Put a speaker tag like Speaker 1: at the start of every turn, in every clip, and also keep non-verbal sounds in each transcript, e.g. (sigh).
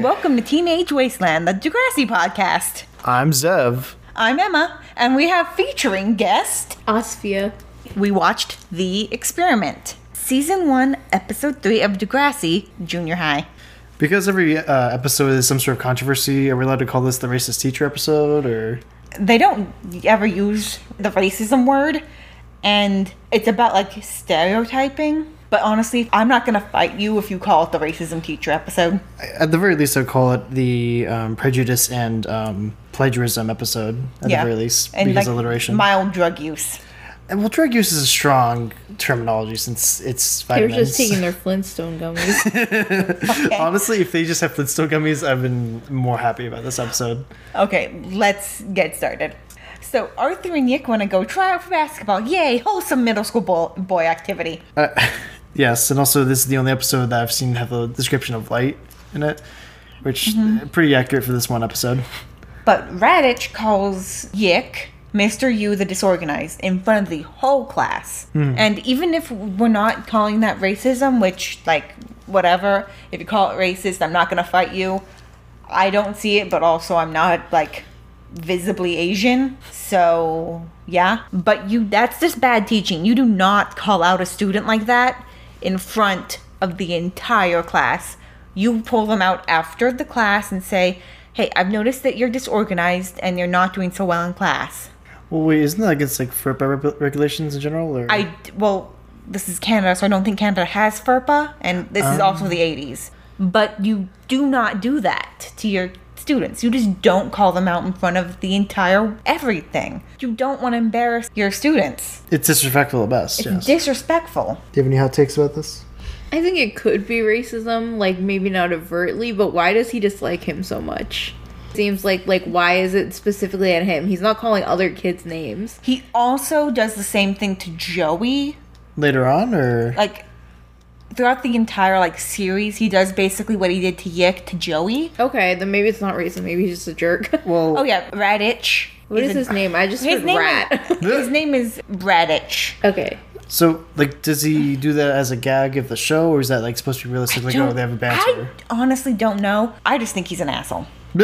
Speaker 1: Welcome to Teenage Wasteland, the Degrassi podcast.
Speaker 2: I'm Zev.
Speaker 1: I'm Emma, and we have featuring guest.
Speaker 3: Osphia.
Speaker 1: We watched The Experiment, Season 1, Episode 3 of Degrassi Junior High.
Speaker 2: Because every uh, episode is some sort of controversy, are we allowed to call this the racist teacher episode? Or
Speaker 1: They don't ever use the racism word, and it's about like stereotyping. But honestly, I'm not going to fight you if you call it the racism teacher episode.
Speaker 2: at the very least, I'd call it the um, prejudice and um, plagiarism episode. At the very least,
Speaker 1: And,
Speaker 2: because
Speaker 1: like,
Speaker 2: alliteration.
Speaker 1: Mild drug use.
Speaker 2: and well, drug use is a strong terminology since it's
Speaker 3: They were
Speaker 2: vitamins.
Speaker 3: just
Speaker 1: (laughs)
Speaker 3: taking their Flintstone gummies.
Speaker 2: (laughs) Honestly, if they just have Flintstone gummies, I've been more happy about this episode.
Speaker 1: Okay, let's get started. So Arthur and Yick want to go try out for basketball. Yay, wholesome middle school bo- boy activity.
Speaker 2: Uh, (laughs) yes, and also this is the only episode that I've seen have a description of light in it, which
Speaker 3: Mm-hmm.
Speaker 2: uh, pretty accurate for this one episode.
Speaker 1: But Radich calls Yick Mr. U the disorganized in front of the whole class. And even if we're not calling that racism, which, like, whatever, if you call it racist, I'm not going to fight you. I don't see it, but also I'm not, like, visibly Asian. So, yeah. But you, that's just bad teaching. You do not call out a student like that in front of the entire class. You pull them out after the class and say, Hey, I've noticed that you're disorganized and you're not doing so well in class.
Speaker 2: Well, wait, isn't that against like FERPA reg- regulations in general? Or
Speaker 1: I, well, this is Canada, so I don't think Canada has FERPA, and this is also the 80s. But you do not do that to your students. You just don't call them out in front of the entire everything. You don't want to embarrass your students.
Speaker 2: it's disrespectful at best. Yes.
Speaker 1: Disrespectful.
Speaker 2: Do you have any hot takes about this?
Speaker 3: I think it could be racism, like maybe not overtly, but why does he dislike him so much? Seems like like why is it specifically at him? He's not calling other kids names.
Speaker 1: He also does the same thing to Joey.
Speaker 2: Later on, or
Speaker 1: Like, throughout the entire like series, he does basically what he did to Yick to Joey.
Speaker 3: Okay, then maybe it's not racism. Maybe he's just a jerk. (laughs)
Speaker 2: well,
Speaker 1: Oh yeah, Radich.
Speaker 3: what is
Speaker 1: an-
Speaker 3: his name? I just
Speaker 1: His
Speaker 3: heard
Speaker 1: name (laughs)
Speaker 3: rat.
Speaker 1: His name is Radich.
Speaker 3: okay,
Speaker 2: so like, does he do that as a gag of the show, or is that like supposed to be realistic? Like, oh, they have a
Speaker 1: I
Speaker 2: banter.
Speaker 1: honestly don't know. I just think he's an asshole.
Speaker 2: (laughs)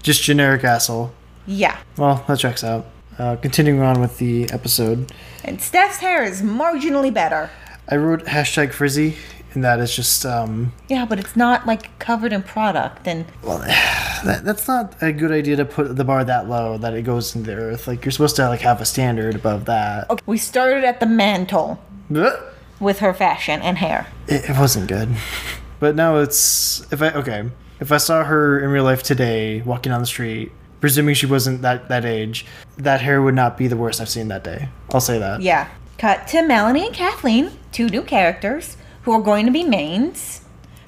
Speaker 2: Just generic asshole.
Speaker 1: Yeah.
Speaker 2: Well, that checks out. Uh, continuing on with the episode,
Speaker 1: And Steph's hair is marginally better.
Speaker 2: I wrote hashtag frizzy, and that is just um,
Speaker 1: Yeah, but it's not like covered in product and
Speaker 2: that, that's not a good idea to put the bar that low that it goes into the earth. Like you're supposed to like have a standard above that.
Speaker 1: okay, we started at the mantle
Speaker 2: Blech.
Speaker 1: with her fashion and hair.
Speaker 2: it, it wasn't good. But now it's if I okay if I saw her in real life today walking down the street, presuming she wasn't that that age, that hair would not be the worst I've seen that day. I'll say that.
Speaker 1: Yeah. Cut to Melanie and Kathleen, two new characters who are going to be mains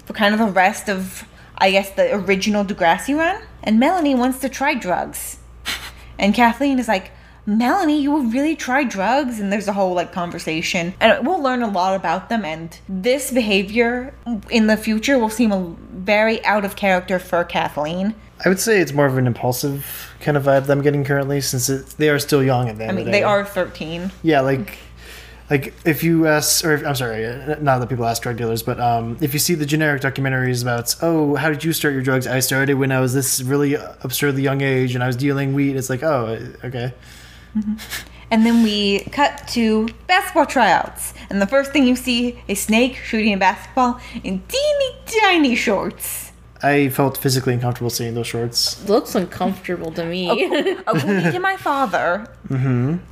Speaker 1: for kind of the rest of, I guess, the original Degrassi run. And Melanie wants to try drugs. (laughs) And Kathleen is like, Melanie, you will really try drugs? And there's a whole like conversation. And we'll learn a lot about them. And this behavior in the future will seem a very out of character for Kathleen.
Speaker 2: I would say it's more of an impulsive kind of vibe that I'm getting currently, since it, they are still young at the end
Speaker 1: I
Speaker 2: of
Speaker 1: mean,
Speaker 2: the
Speaker 1: they
Speaker 2: day.
Speaker 1: are 13.
Speaker 2: Yeah, like. Like if you ask, or if, I'm sorry, uh, not that people ask drug dealers, but um, if you see the generic documentaries about, oh, how did you start your drugs? I started when I was this really absurdly young age, and I was dealing weed. It's like, oh, okay.
Speaker 1: And then we cut to basketball tryouts. And the first thing you see is Snake shooting a basketball in teeny tiny (laughs) shorts.
Speaker 2: I felt physically uncomfortable seeing those shorts.
Speaker 3: looks uncomfortable to me.
Speaker 1: According to my father,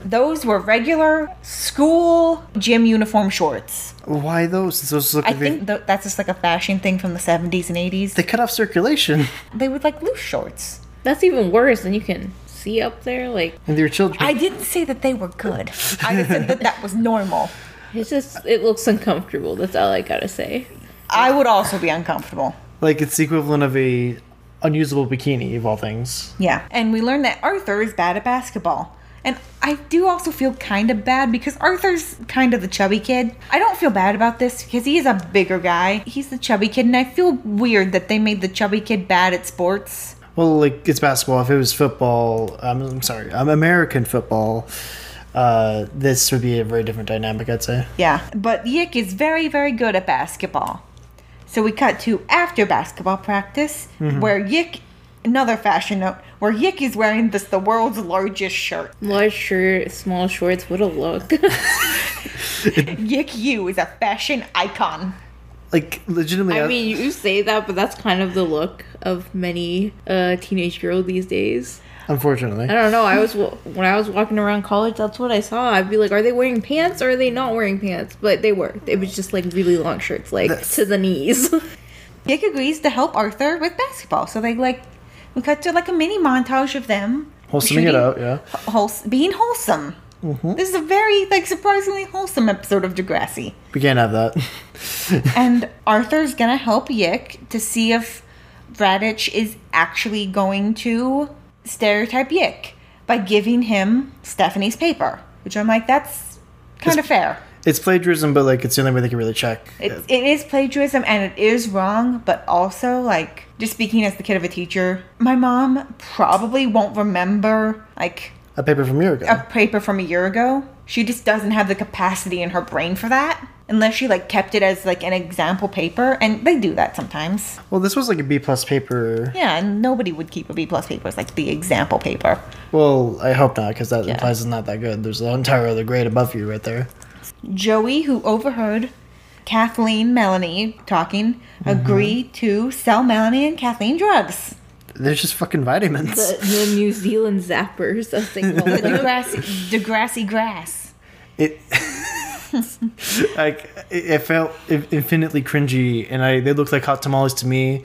Speaker 1: those were regular school gym uniform shorts.
Speaker 2: Why though? Since those look
Speaker 1: I
Speaker 2: like they-
Speaker 1: think th- that's just like a fashion thing from the 70s and 80s.
Speaker 2: they cut off circulation
Speaker 1: They would like loose shorts.
Speaker 3: (laughs) That's even worse than you can see up there. Like
Speaker 2: and their children.
Speaker 1: I didn't say that they were good. I just said that that was normal.
Speaker 3: it's just it looks uncomfortable. That's all I gotta say.
Speaker 1: I would also be uncomfortable.
Speaker 2: like it's the equivalent of a unusable bikini of all things.
Speaker 1: Yeah. And we learn that Arthur is bad at basketball. And I do also feel kind of bad because Arthur's kind of the chubby kid. I don't feel bad about this because he is a bigger guy. He's the chubby kid, and I feel weird that they made the chubby kid bad at sports.
Speaker 2: Well, like it's basketball. If it was football, um, I'm sorry, um, American football. Uh, this would be a very different dynamic, I'd say.
Speaker 1: Yeah. But Yick is very, very good at basketball. So we cut to after basketball practice, where Yik, another fashion note, where Yik is wearing this the world's largest shirt.
Speaker 3: Large shirt, small shorts. What a look. (laughs)
Speaker 1: Yik Yu is a fashion icon.
Speaker 2: Like legitimately, uh,
Speaker 3: I mean, you say that, but that's kind of the look of many uh, teenage girl these days. I
Speaker 2: unfortunately,
Speaker 3: don't know. I was wa- when I was walking around college, that's what I saw. I'd be like, "Are they wearing pants or are they not wearing pants?" But they were. It was just like really long shirts, like to the
Speaker 1: (laughs)
Speaker 3: knees.
Speaker 1: Yik agrees to help Arthur with basketball. So they like, we cut to like a mini montage of them.
Speaker 2: wholesoming it
Speaker 1: shooting-
Speaker 2: out. Yeah, Mm-hmm.
Speaker 1: wholes- being wholesome. This is a very like surprisingly wholesome episode of Degrassi.
Speaker 2: we can't have that.
Speaker 1: (laughs) And Arthur's gonna help Yik to see if Radich is actually going to stereotype Yik by giving him Stephanie's paper, which I'm like, that's kind of fair.
Speaker 2: it's plagiarism, but like it's the only way they can really check.
Speaker 1: It's, It is plagiarism and it is wrong, but also, like, just speaking as the kid of a teacher, my mom probably won't remember, like,
Speaker 2: a paper from a year ago.
Speaker 1: a paper from a year ago. She just doesn't have the capacity in her brain for that. Unless she like kept it as like an example paper, and they do that sometimes.
Speaker 2: Well, this was like a B plus paper.
Speaker 1: Yeah, and nobody would keep a B plus paper as like the example paper.
Speaker 2: Well, I hope not, because that implies it's not that good. There's an entire other grade above you right there.
Speaker 1: Joey, who overheard Kathleen Melanie talking, agreed to sell Melanie and Kathleen drugs.
Speaker 2: There's just fucking vitamins.
Speaker 3: the, the New Zealand zappers,
Speaker 1: (laughs)
Speaker 3: as they call
Speaker 1: The
Speaker 3: them.
Speaker 1: grassy, the grassy grass.
Speaker 2: (laughs) it (laughs) like it, it felt in- infinitely cringy, and I they looked like hot tamales to me.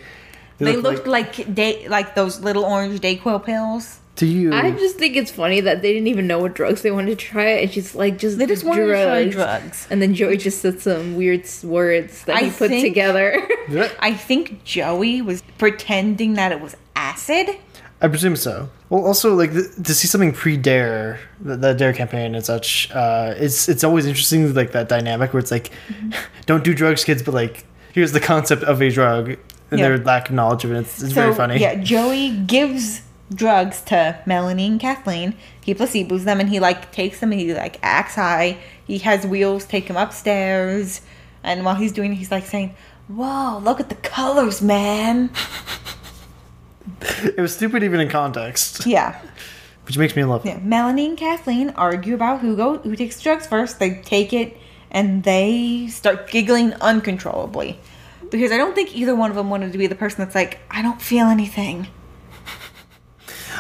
Speaker 1: They looked like day like those little orange Dayquil pills.
Speaker 2: to you.
Speaker 3: I just think it's funny that they didn't even know what drugs they wanted to try, and she's like, "Just
Speaker 1: They just wanted to try drugs.
Speaker 3: And then Joey just said some weird s- words that
Speaker 1: I
Speaker 3: he put
Speaker 1: think-
Speaker 3: together. (laughs)
Speaker 1: I think Joey was pretending that it was acid.
Speaker 2: (laughs) I presume so. Well, also like th- to see something pre Dare, the, the Dare campaign and such. Uh, it's it's always interesting like that dynamic where it's like,
Speaker 1: Mm-hmm.
Speaker 2: (laughs) don't do drugs, kids, but like here's the concept of a drug and
Speaker 1: Yeah.
Speaker 2: their lack of knowledge of it. It's, it's very funny.
Speaker 1: Yeah, Joey gives drugs to Melanie and Kathleen. He placebos them and he like takes them and he like acts high. He has wheels take him upstairs. And while he's doing it, he's like saying, Whoa, look at the colors, man.
Speaker 2: (laughs) It was stupid even in context,
Speaker 1: Yeah.
Speaker 2: which makes me love. it.
Speaker 1: yeah. Melanie and Kathleen argue about who go who takes drugs first. They take it and they start giggling uncontrollably. Because I don't think either one of them wanted to be the person that's like, I don't feel anything.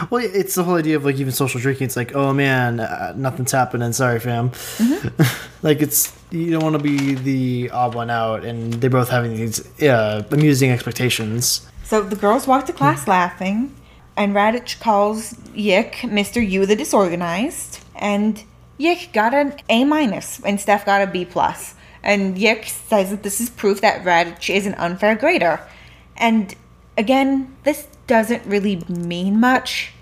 Speaker 2: Well, it's the whole idea of like even social drinking. It's like, oh man, uh, nothing's happening. Sorry, fam.
Speaker 1: Mm-hmm.
Speaker 2: (laughs) like it's you don't want to be the odd one out, and they're both having these uh, amusing expectations.
Speaker 1: So the girls walk to class laughing, and Radich calls Yik Mr. You the Disorganized, and Yik got an A minus, and Steph got a B plus. And Yik says that this is proof that Radich is an unfair grader. And again, this doesn't really mean much.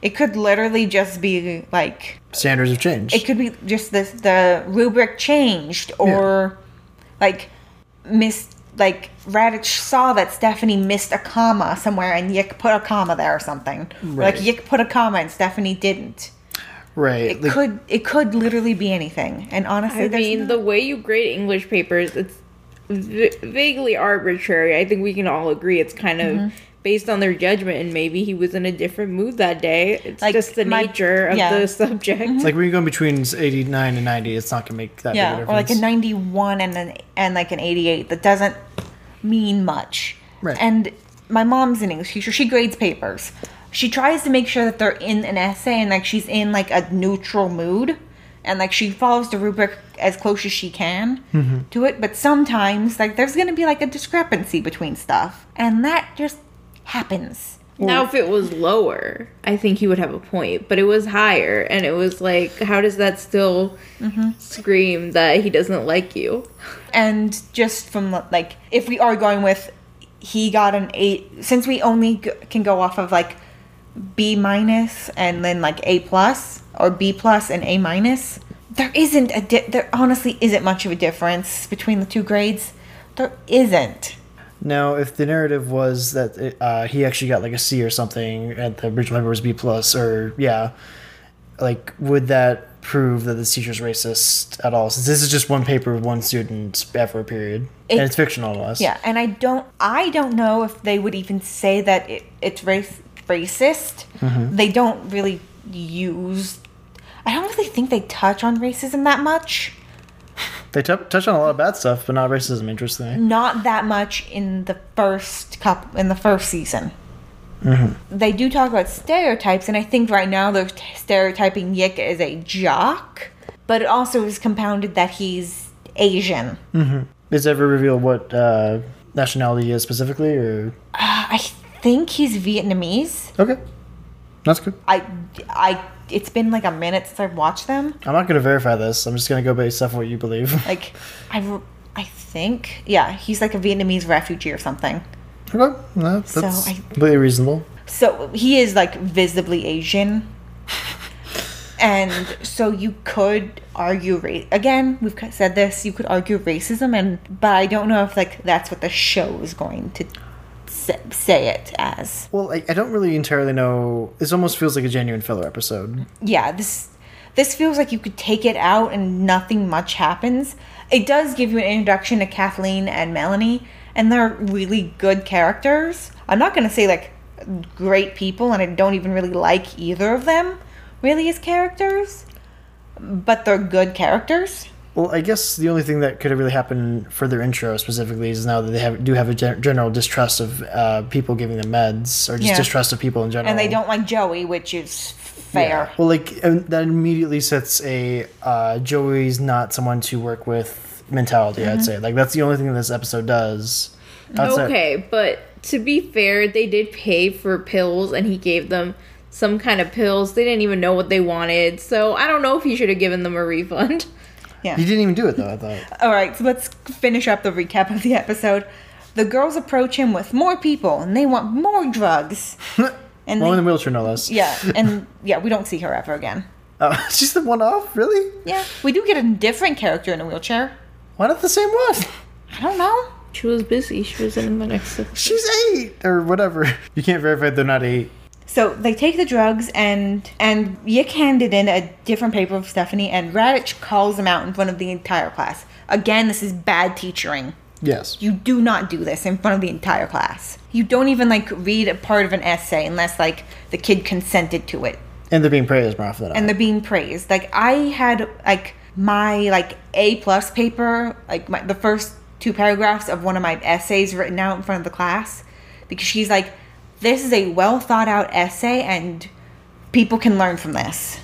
Speaker 1: It could literally just be like
Speaker 2: Standards have changed.
Speaker 1: it could be just this the rubric changed or like miss like Radich saw that Stephanie missed a comma somewhere and Yik put a comma there or something. Or, Like
Speaker 2: Right.
Speaker 1: Yik put a comma and Stephanie didn't.
Speaker 2: right.
Speaker 1: It
Speaker 2: like-
Speaker 1: could it could literally be anything. And honestly,
Speaker 3: I
Speaker 1: there's
Speaker 3: mean,
Speaker 1: no-
Speaker 3: the way you grade English papers, it's v- vaguely arbitrary. I think we can all agree it's kind of
Speaker 1: Mm-hmm.
Speaker 3: based on their judgment, and maybe he was in a different mood that day. It's
Speaker 1: Like,
Speaker 3: just the
Speaker 1: my-
Speaker 3: nature of
Speaker 1: yeah. Mm-hmm.
Speaker 3: the (laughs) subject.
Speaker 2: it's like when you're going between 89 and 90, it's not going to make that
Speaker 1: yeah,
Speaker 2: big a
Speaker 1: or like a
Speaker 2: difference.
Speaker 1: 91 and an and like an 88 that doesn't mean much.
Speaker 2: Right.
Speaker 1: And my mom's an English teacher. She grades papers. She tries to make sure that they're in an essay and like she's in like a neutral mood and like she follows the rubric as close as she can
Speaker 2: Mm-hmm.
Speaker 1: to it, but sometimes like there's going to be like a discrepancy between stuff and that just happens.
Speaker 3: now, if it was lower, I think he would have a point, but it was higher, and it was like, how does that still
Speaker 1: Mm-hmm.
Speaker 3: scream that he doesn't like you?
Speaker 1: and just from like if we are going with he got an eight since we only g- can go off of like b minus and then like a plus or b plus and a minus there isn't a di- there honestly isn't much of a difference between the two grades there isn't
Speaker 2: Now, if the narrative was that it, uh, he actually got like a C or something at the original paper was B plus, or yeah, like would that prove that this teacher's racist at all? Since this is just one paper of one student ever period, and
Speaker 1: It-
Speaker 2: it's fictional almost.
Speaker 1: Yeah, and I don't I don't know if they would even say that it, it's race racist. They don't really use I don't really think they touch on racism that much.
Speaker 2: they t- touch on a lot of bad stuff, but not racism. Interestingly,
Speaker 1: Not that much in the first cup in the first season. They do talk about stereotypes, and I think right now they're t- stereotyping Yik as a jock, but it also is compounded that he's Asian.
Speaker 2: is it ever revealed what uh, nationality he is specifically? Or
Speaker 1: Uh, I think he's Vietnamese.
Speaker 2: okay, that's good.
Speaker 1: I, I, it's been like a minute since I've watched them.
Speaker 2: I'm not going to verify this. I'm just going to go based off what you believe. (laughs)
Speaker 1: Like, I, re- I think, yeah, he's like a Vietnamese refugee or something.
Speaker 2: okay, no, that's
Speaker 1: So I-
Speaker 2: completely reasonable.
Speaker 1: So he is like visibly Asian. And so you could argue race again. We've ki- said this. You could argue racism, and but I don't know if like that's what the show is going to say, say it as.
Speaker 2: Well, I, I don't really entirely know. This almost feels like a genuine filler episode.
Speaker 1: yeah, this this feels like you could take it out and nothing much happens. It does give you an introduction to Kathleen and Melanie, and they're really good characters. I'm not gonna say like great people, and I don't even really like either of them really as characters, but they're good characters.
Speaker 2: Well, I guess the only thing that could have really happened for their intro specifically is now that they have do have a gen- general distrust of uh, people giving them meds or just
Speaker 1: Yeah.
Speaker 2: distrust of people in general.
Speaker 1: And they don't like Joey, which is fair.
Speaker 2: Well, like and that immediately sets a uh, Joey's not someone to work with mentality.
Speaker 1: Mm-hmm.
Speaker 2: I'd say like that's the only thing this episode does. Outside-
Speaker 3: Okay, but to be fair, they did pay for pills and he gave them some kind of pills. They didn't even know what they wanted. So I don't know if he should have given them a refund. (laughs)
Speaker 2: He didn't even do it though. I thought.
Speaker 1: All right, so let's finish up the recap of the episode. The girls approach him with more people, and they want more drugs. And
Speaker 2: Well,
Speaker 1: they-
Speaker 2: in the wheelchair, no
Speaker 1: (laughs)
Speaker 2: less.
Speaker 1: Yeah, and yeah, we don't see her ever again.
Speaker 2: Uh, (laughs) she's the one off. Really?
Speaker 1: Yeah, we do get a different character in a wheelchair.
Speaker 2: Why not the same one?
Speaker 1: I don't know.
Speaker 3: She was busy. She was in the next.
Speaker 2: She's eight or whatever. (laughs) You can't verify they're not eight.
Speaker 1: So they take the drugs, and and Yik handed in a different paper of Stephanie, and Radich calls him out in front of the entire class. Again, this is bad teachering.
Speaker 2: Yes.
Speaker 1: You do not do this in front of the entire class. You don't even like read a part of an essay unless like the kid consented to it.
Speaker 2: And they're being praised more often than
Speaker 1: and
Speaker 2: not.
Speaker 1: they're being praised. Like I had like my like A plus paper, like my, the first two paragraphs of one of my essays written out in front of the class, because she's like, "This is a well thought out essay, and people can learn from this."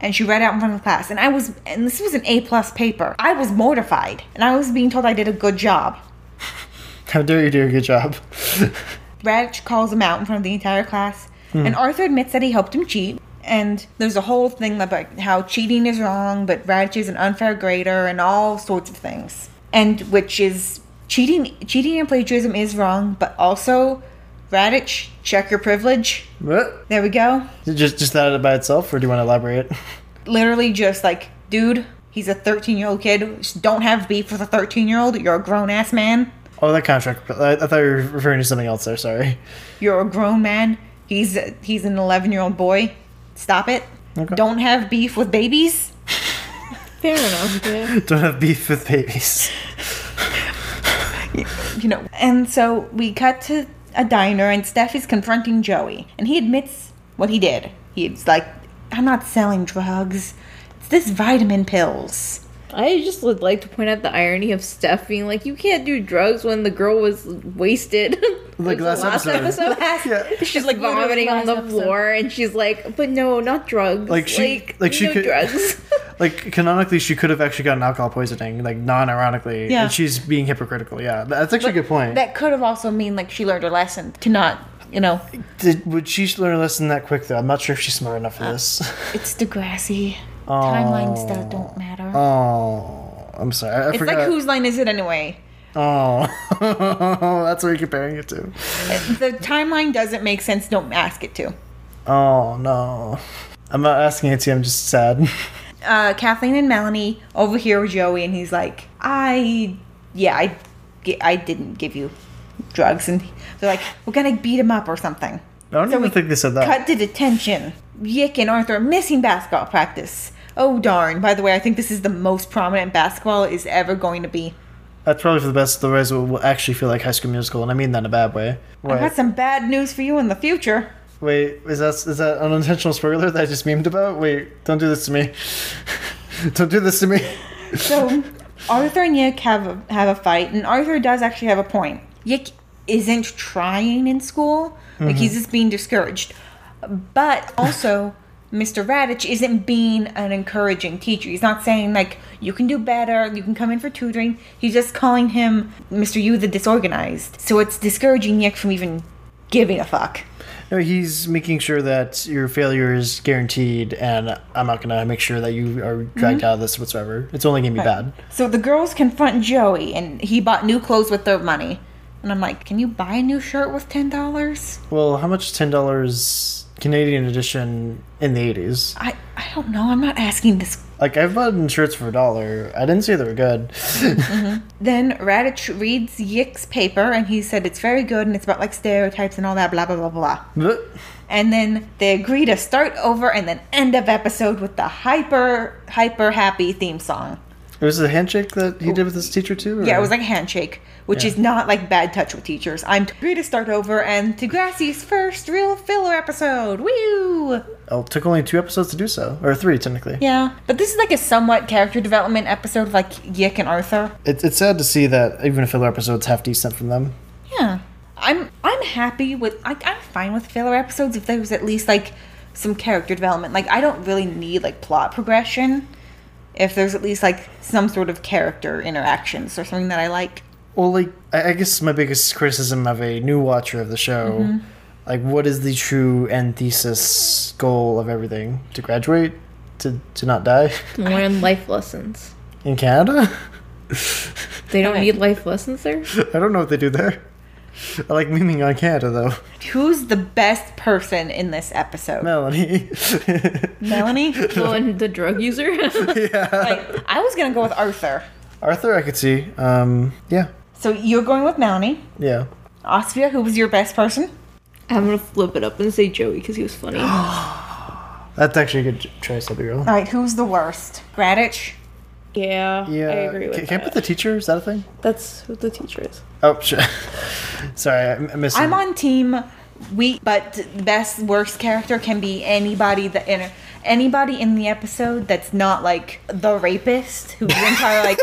Speaker 1: And she read out in front of the class, and I was, and this was an A plus paper. I was mortified, and I was being told I did a good job.
Speaker 2: How dare you do a good job? (laughs)
Speaker 1: Radich calls him out in front of the entire class, and Arthur admits that he helped him cheat. And there's a whole thing about how cheating is wrong, but Radich is an unfair grader, and all sorts of things. And which is cheating, cheating and plagiarism is wrong, but also Radich, check your privilege.
Speaker 2: what?
Speaker 1: There we go.
Speaker 2: Just just that by itself, or do you want to elaborate?
Speaker 1: Literally, just like, dude, he's a 13 year old kid. Just don't have beef with a 13 year old. You're a grown ass man.
Speaker 2: Oh, that contract. I, I thought you were referring to something else there. Sorry. (laughs)
Speaker 1: You're a grown man. He's he's an 11 year old boy. Stop it.
Speaker 2: Okay.
Speaker 1: Don't have beef with babies.
Speaker 3: Fair
Speaker 2: (laughs)
Speaker 3: enough. Yeah.
Speaker 2: Don't have beef with babies. (laughs)
Speaker 1: You know. And so we cut to a diner, and Steph is confronting Joey, and he admits what he did. He's like, "I'm not selling drugs. It's this vitamin pills."
Speaker 3: I just would like to point out the irony of Steph being like, "You can't do drugs when the girl was wasted." (laughs)
Speaker 2: Like
Speaker 3: the
Speaker 2: last episode. (laughs)
Speaker 1: Last- (laughs)
Speaker 2: Yeah.
Speaker 3: She's like vomiting on the floor, and she's like, "But no, not drugs.
Speaker 2: Like she- like she
Speaker 3: no
Speaker 2: could-
Speaker 3: drugs." (laughs)
Speaker 2: (laughs) Like canonically, she could have actually gotten alcohol poisoning. Like non-ironically,
Speaker 1: Yeah.
Speaker 2: and she's being hypocritical. Yeah, that's actually a good point.
Speaker 1: That could have also mean like she learned her lesson to not, you know.
Speaker 2: Did, would she learn a lesson that quick though? I'm not sure if she's smart enough for
Speaker 1: Uh,
Speaker 2: this.
Speaker 1: It's Degrassi. Timeline stuff don't matter.
Speaker 2: Oh, I'm sorry. I, I
Speaker 1: it's
Speaker 2: forgot.
Speaker 1: like whose line is it anyway?
Speaker 2: Oh, (laughs) that's what you're comparing it to.
Speaker 1: the timeline doesn't make sense. Don't ask it to.
Speaker 2: Oh no. I'm not asking it to you, I'm just sad.
Speaker 1: uh, Kathleen and Melanie over here with Joey, and he's like, I, yeah, I, gi- I didn't give you drugs. And they're like, we're going to beat him up or something.
Speaker 2: I don't
Speaker 1: So
Speaker 2: even
Speaker 1: we
Speaker 2: think they said that.
Speaker 1: Cut to detention. Yick and Arthur are missing basketball practice. Oh darn! By the way, I think this is the most prominent basketball is ever going to be.
Speaker 2: That's probably for the best. Otherwise, it will actually feel like High School Musical, and I mean that in a bad way.
Speaker 1: I've
Speaker 2: Wait,
Speaker 1: got some bad news for you in the future.
Speaker 2: wait, is that is that an unintentional spoiler that I just memed about? Wait, don't do this to me. (laughs) don't do this
Speaker 1: (laughs)
Speaker 2: to me.
Speaker 1: So Arthur and Yick have a, have a fight, and Arthur does actually have a point. Yick isn't trying in school; like he's just being discouraged. But also, (laughs) Mr. Radich isn't being an encouraging teacher. He's not saying like you can do better, you can come in for tutoring. He's just calling him Mr. You the disorganized. So it's discouraging Yick from even giving a fuck.
Speaker 2: No, he's making sure that your failure is guaranteed, and I'm not gonna make sure that you are dragged
Speaker 1: Mm-hmm.
Speaker 2: out of this whatsoever. It's only gonna be bad.
Speaker 1: So the girls confront Joey, and he bought new clothes with their money. And I'm like, can you buy a new shirt with ten dollars?
Speaker 2: Well, how much is ten dollars Canadian edition in the '80s?
Speaker 1: I, I don't know. I'm not asking this.
Speaker 2: Like I've bought shirts for a dollar. I didn't say they were good.
Speaker 1: Mm-hmm. Then Radich reads Yick's paper and he said it's very good and it's about like stereotypes and all that blah blah blah blah.
Speaker 2: (laughs) But-
Speaker 1: And then they agree to start over and then end of episode with the hyper hyper happy theme song.
Speaker 2: It was a handshake that he did with his teacher too.
Speaker 1: Yeah, it
Speaker 2: or-
Speaker 1: was like a handshake, which
Speaker 2: Yeah.
Speaker 1: is not like bad touch with teachers. I'm agree to start over and Degrassi's first real filler episode. Woo!
Speaker 2: Oh, it took only two episodes to do so, or three technically.
Speaker 1: Yeah, but this is like a somewhat character development episode of like Yick and Arthur.
Speaker 2: It, it's sad to see that even filler episodes half decent from them.
Speaker 1: Yeah, I'm I'm happy with like I'm fine with filler episodes if there was at least like some character development. Like I don't really need like plot progression if there's at least like some sort of character interactions or something that I like.
Speaker 2: Well, like I, I guess my biggest criticism of a new watcher of the show,
Speaker 1: Mm-hmm.
Speaker 2: like what is the true end thesis goal of everything? To graduate, to to not die (laughs)
Speaker 3: Learn life lessons.
Speaker 2: in Canada?
Speaker 3: They don't
Speaker 1: Okay.
Speaker 3: need life lessons there.
Speaker 2: I don't know what they do there. I like memeing on Canada though,
Speaker 1: Who's the best person in this episode? (laughs)
Speaker 3: (laughs)
Speaker 2: Melanie. (laughs)
Speaker 1: Melanie?
Speaker 3: Oh, and the drug user. (laughs)
Speaker 2: yeah,
Speaker 1: like, I was gonna go with Arthur.
Speaker 2: Arthur, I could see. Um, yeah,
Speaker 1: So you're going with Melanie.
Speaker 2: yeah.
Speaker 1: Osvia, who was your best person?
Speaker 3: I'm gonna flip it up and say Joey because he
Speaker 2: (gasps)
Speaker 3: was funny.
Speaker 2: That's actually a good choice, Abby girl.
Speaker 1: All right, who's the worst? Radich?
Speaker 3: yeah,
Speaker 2: Yeah,
Speaker 3: I agree with
Speaker 2: can, can I
Speaker 3: that.
Speaker 2: put the teacher? Is that a thing?
Speaker 3: That's what the teacher is.
Speaker 2: Oh shit! (laughs) Sorry, I I missed.
Speaker 1: I'm
Speaker 2: it.
Speaker 1: on team weak, but the best worst character can be anybody that in anybody in the episode that's not like the rapist, whose entire like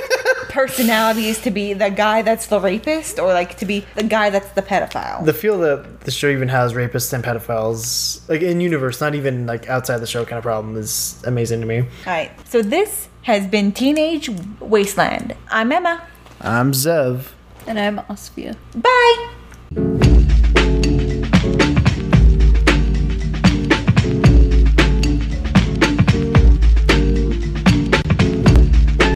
Speaker 1: personality is to be the guy that's the rapist, or like to be the guy that's the pedophile.
Speaker 2: the feel that the show even has rapists and pedophiles, like in universe, not even like outside the show kind of problem, is amazing to me.
Speaker 1: All right, so this has been Teenage Wasteland. I'm Emma.
Speaker 2: I'm Zev.
Speaker 3: And I'm Osvia.
Speaker 1: Bye.